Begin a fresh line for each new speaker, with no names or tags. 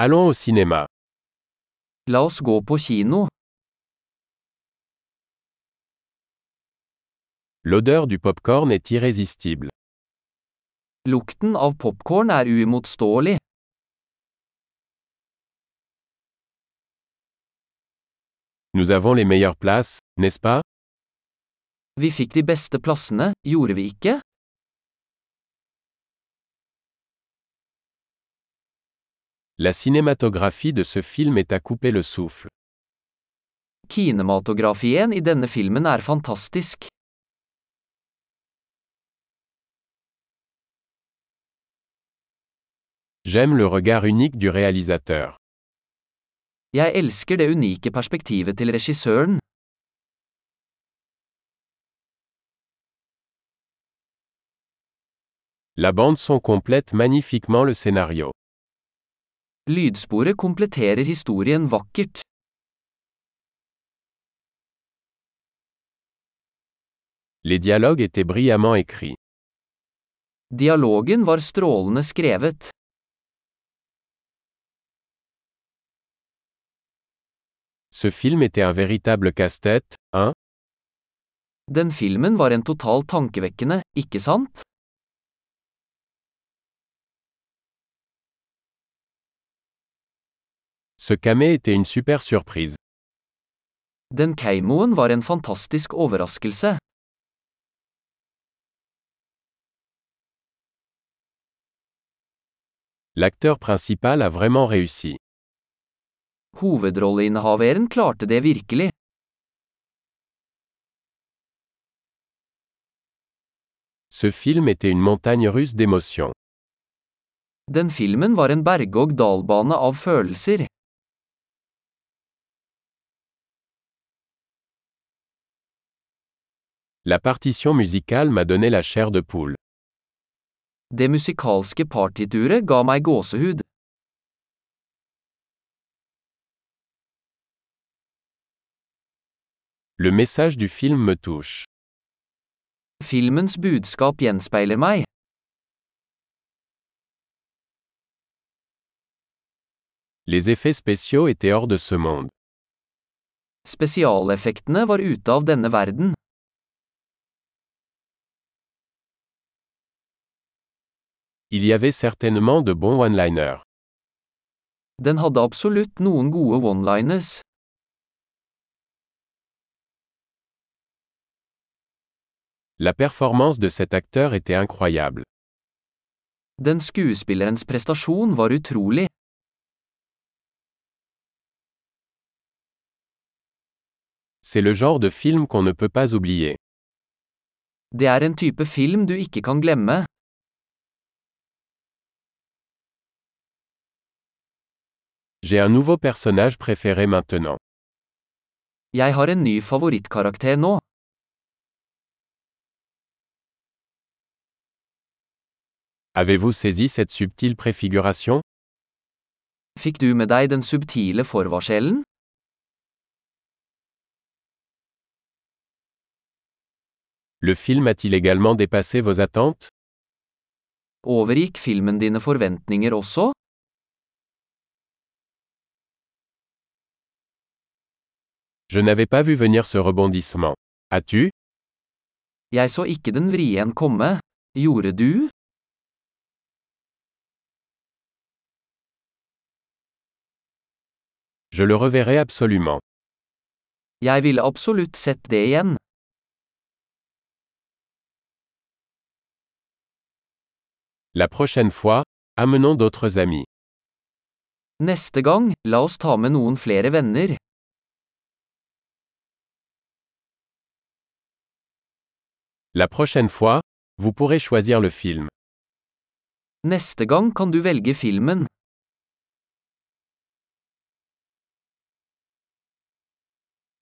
Allons au cinéma.
La oss gå på kino.
L'odeur du popcorn est irrésistible.
Lukten av popkorn er uimotståelig.
Nous avons les meilleures places, n'est-ce pas
Vi fikk de beste plassene, gjorde vi ikke?
La cinématographie de ce film est à couper le souffle.
Kinematografien i denne filmen er fantastisk.
J'aime le regard unique du réalisateur.
Jeg elsker det unike perspektivet til regissøren.
La bande son complète magnifiquement le scénario.
Lydsporet kompletterer historien vakkert.
Les dialogues étaient brillamment écrits.
Dialogen var strålende skrevet.
Ce film était un véritable casse-tête, hein
Den filmen var en total tankevekkende, ikke sant?
Ce camé était une super surprise.
Den keimoen var en fantastisk overraskelse.
L'acteur principal a vraiment réussi.
Hovedrolleinnehaveren klarte det virkelig.
Ce film était une montagne russe d'émotions.
Den filmen var en berg-og-dal-bane av følelser.
La partition musicale m'a donné la chair de poule.
Det musikalske partituret ga meg gåsehud.
Le message du film me touche.
Filmens budskap gjenspeiler meg.
Les effets spéciaux étaient hors de ce monde.
Spesialeffektene var ute av denne verden.
Il y avait certainement de bons one-liners.
Den hadde absolutt noen gode one-liners.
La performance de cet acteur était incroyable.
Den skuespillerens prestasjon var utrolig.
C'est le genre de film qu'on ne peut pas oublier.
Det er en type film du ikke kan glemme.
J'ai un nouveau personnage préféré maintenant.
Jeg har en ny favorittkarakter nå.
Avez-vous saisi cette subtile préfiguration
Fikk du med deg den subtile forvarselen?
Le film a-t-il également dépassé vos attentes
Overgikk filmen dine forventninger også?
Je n'avais pas vu venir ce rebondissement. As-tu
Jeg så ikke den vrien komme. Gjorde du?
Je le reverrai absolument.
Jeg ville absolutt sett det igjen.
La prochaine fois, amenons d'autres amis.
Neste gang, la oss ta med noen flere venner.
La prochaine fois, vous pourrez choisir le film.
Neste gang kan du velge filmen.